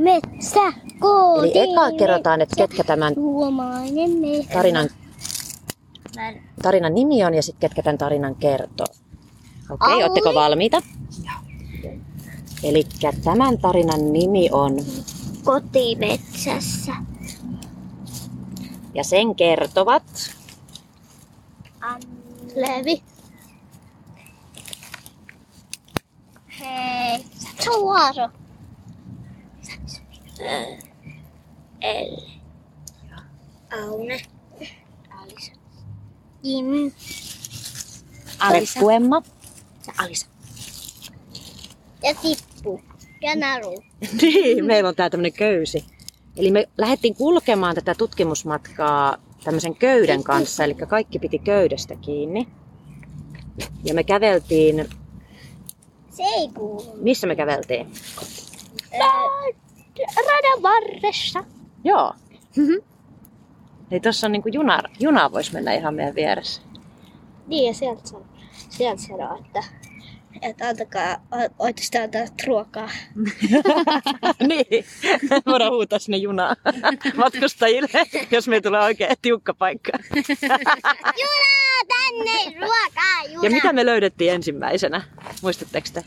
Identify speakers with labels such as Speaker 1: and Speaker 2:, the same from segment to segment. Speaker 1: metsä, kooti
Speaker 2: Eli ekaa kerrotaan, että ketkä tämän
Speaker 1: Suomainen metsä.
Speaker 2: tarinan,
Speaker 1: Mä en-
Speaker 2: tarinan nimi on ja sitten ketkä tämän tarinan kertoo. Okei,
Speaker 1: Ai.
Speaker 2: okay, ootteko valmiita? Eli tämän tarinan nimi on,
Speaker 1: Kotimetsässä.
Speaker 2: ja sen kertovat
Speaker 1: Levi. Hei. Suoro. Elle. Aune. Alisa. Jim. Alisa.
Speaker 2: Pekkuemma
Speaker 1: Ja Alisa. Ja Tippu. Ja Naru.
Speaker 2: Niin, meillä on tää tämmönen köysi. Eli me lähdettiin kulkemaan tätä tutkimusmatkaa tämmöisen köyden kanssa, eli kaikki piti köydestä kiinni. Ja me käveltiin,
Speaker 1: Se ei kuulu.
Speaker 2: missä me käveltiin?
Speaker 1: Äh, Radan varressa.
Speaker 2: Joo. Mm-hmm. Eli tossa on niinku juna, juna voisi mennä ihan meidän vieressä.
Speaker 1: Niin, ja sieltä sanoo, sieltä sanoo että, että antakaa, o- voitte sitä antaa ruokaa.
Speaker 2: niin, voidaan huutaa sinne junaa matkustajille, jos me tulee oikein tiukka paikka.
Speaker 1: Junaa tänne ruokaa,
Speaker 2: Ja mitä me löydettiin ensimmäisenä? Muistatteko te?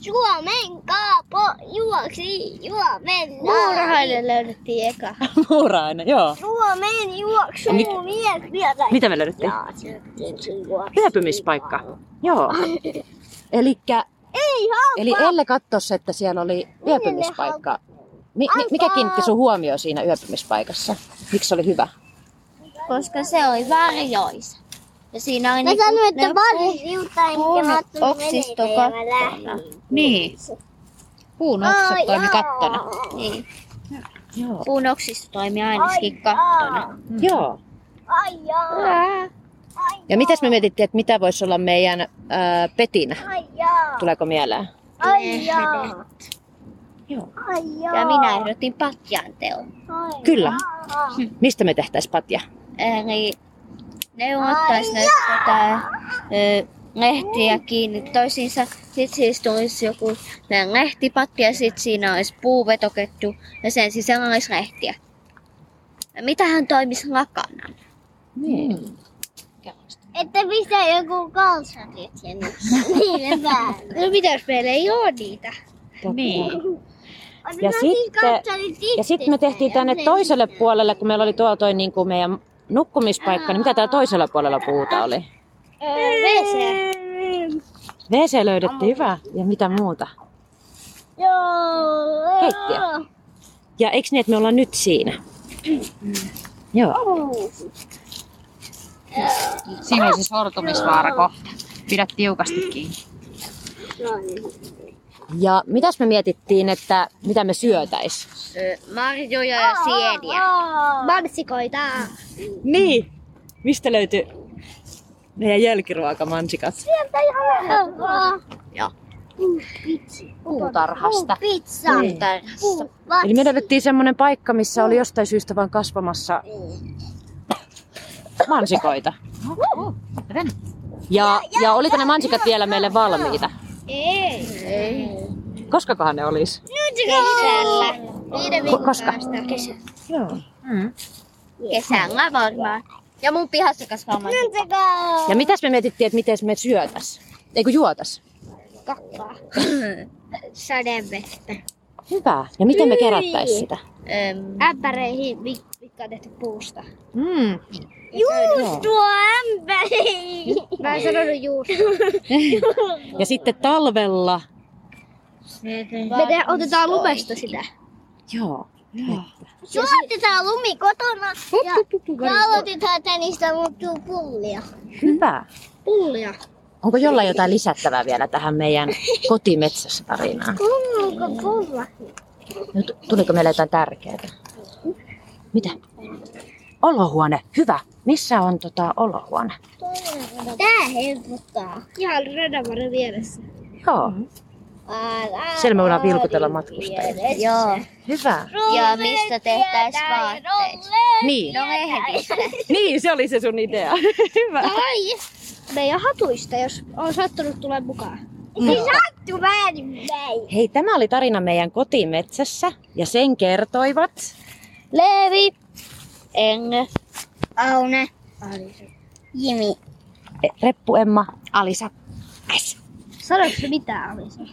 Speaker 1: Suomen kaapo juoksi Suomen Muurahainen löydettiin eka.
Speaker 2: Muurainen, joo.
Speaker 1: Suomen juoksu
Speaker 2: Mit-
Speaker 1: mies vielä.
Speaker 2: Mitä me löydettiin?
Speaker 1: Jaa, sieltäkin se juoksi.
Speaker 2: Yöpymispaikka. Joo. Elikkä,
Speaker 1: Ei halpa.
Speaker 2: eli Elle katsoi, että siellä oli yöpymispaikka. Mi, mi, mikä kiinnitti sun huomio siinä yöpymispaikassa? Miksi se oli hyvä?
Speaker 3: koska se oli varjoisa. Ja siinä oli
Speaker 1: Mä
Speaker 3: niinku
Speaker 1: sanoin, että
Speaker 3: ne
Speaker 1: varsin jotain,
Speaker 3: puun
Speaker 1: mikä mä ottanut
Speaker 3: oksista
Speaker 1: veneeseen ja mä
Speaker 3: kattona.
Speaker 1: lähdin.
Speaker 3: Niin. Puun
Speaker 1: Ai,
Speaker 3: oksat toimi
Speaker 1: jaa.
Speaker 3: kattona. Niin.
Speaker 2: Joo.
Speaker 3: Puun oksista toimi ainakin
Speaker 1: Ai, jaa.
Speaker 3: kattona.
Speaker 2: Joo.
Speaker 1: Ai jaa.
Speaker 3: Ää.
Speaker 1: Ai
Speaker 2: Ja mitäs me mietittiin, että mitä voisi olla meidän ää, petinä?
Speaker 1: Ai jaa.
Speaker 2: Tuleeko mieleen?
Speaker 1: Ai jaa.
Speaker 2: Joo.
Speaker 1: Ai jaa.
Speaker 3: Ja minä ehdotin patjan teon.
Speaker 1: Ai
Speaker 2: Kyllä.
Speaker 1: jaa.
Speaker 2: Mistä me tehtäisiin patja?
Speaker 3: Eli Äh, niin ne ottaisi ne tota, ö, lehtiä
Speaker 1: Mm.
Speaker 3: kiinni toisiinsa. Sitten siis tulisi joku näin lehtipatti ja sitten siinä olisi puuvetokettu ja sen sisällä olisi lehtiä. Ja Mitähän toimisi lakana?
Speaker 2: Niin.
Speaker 1: Että pistä joku kalsarit sinne niiden päälle.
Speaker 3: No mitäs meillä ei ole niitä? Niin.
Speaker 1: Otetaan siis
Speaker 2: sitten-
Speaker 1: kalsarit
Speaker 2: Ja sitten me tehtiin tänne toiselle puolelle, kun meillä oli tuolla toi niin kuin meidän nukkumispaikka, niin mitä täällä toisella puolella puuta oli?
Speaker 3: WC.
Speaker 2: WC löydettiin hyvä. Ja mitä muuta?
Speaker 1: Joo.
Speaker 2: Keittiö. Ja eikö niin, että me ollaan nyt siinä? Joo.
Speaker 4: Siinä on se sortumisvaara kohta. Pidä tiukasti kiinni.
Speaker 2: Ja mitäs me mietittiin, että mitä me syötäis?
Speaker 3: Ö, Marjoja ja sieniä.
Speaker 1: Mansikoita.
Speaker 2: Niin. Mistä löytyy meidän jälkiruokamansikat?
Speaker 1: Sieltä ihan helppoa.
Speaker 3: Joo.
Speaker 2: Puutarhasta.
Speaker 1: Pizza.
Speaker 3: Niin. Tarhassa.
Speaker 1: Puu- va-
Speaker 2: Eli me löydettiin semmonen paikka, missä oli jostain syystä vaan kasvamassa mansikoita. Ja, ja oliko ne mansikat vielä meille valmiita?
Speaker 1: Ei.
Speaker 2: Koskakohan ne olis?
Speaker 3: Kesällä.
Speaker 1: Viiden
Speaker 2: Ko- koska?
Speaker 1: Kesä.
Speaker 2: Joo.
Speaker 3: Kesällä varmaan. Ja mun pihassa kasvaa mansikka.
Speaker 1: Mansikaa.
Speaker 2: Ja mitäs me mietittiin, että miten me syötäs? Eikö juotas?
Speaker 1: Kakkaa.
Speaker 3: Sadevettä.
Speaker 2: Hyvä. Ja miten me kerättäis sitä?
Speaker 3: Öm,
Speaker 1: Ämpäreihin, mitkä on tehty puusta.
Speaker 2: Mm.
Speaker 1: Juustoa ämpäri! Mä en sanonut juustoa.
Speaker 2: Ja sitten talvella.
Speaker 1: Me te, otetaan lumesta sitä.
Speaker 2: Joo.
Speaker 1: Suotetaan lumi kotona ja, ja aloitetaan, että niistä muuttuu pullia.
Speaker 2: Hyvä.
Speaker 1: Pullia?
Speaker 2: Mm-hmm. Onko jollain jotain lisättävää vielä tähän meidän kotimetsässä tarinaan?
Speaker 1: Kuuluuko pulla?
Speaker 2: No, t- Tuliko meille jotain tärkeää? Mitä? Olohuone. Hyvä. Missä on tota olohuone?
Speaker 1: Tää helpottaa. Ihan radanvarren vieressä.
Speaker 2: Joo. Siellä me voidaan vilkutella matkustajia.
Speaker 3: joo.
Speaker 2: Hyvä.
Speaker 3: Ja mistä tehtäis vaatteet?
Speaker 2: Niin.
Speaker 3: No lehdistä.
Speaker 2: Niin, se oli se sun idea. Hyvä.
Speaker 1: Tai meidän hatuista, jos on sattunut tulee mukaan. Sattu väärin vei.
Speaker 2: Niin. Hei, tämä oli tarina meidän kotimetsässä ja sen kertoivat.
Speaker 3: Levi, Enge,
Speaker 1: Aune. Jimi.
Speaker 2: Reppu Emma
Speaker 4: Alisa.
Speaker 1: Sanoitko mitään, Alisa?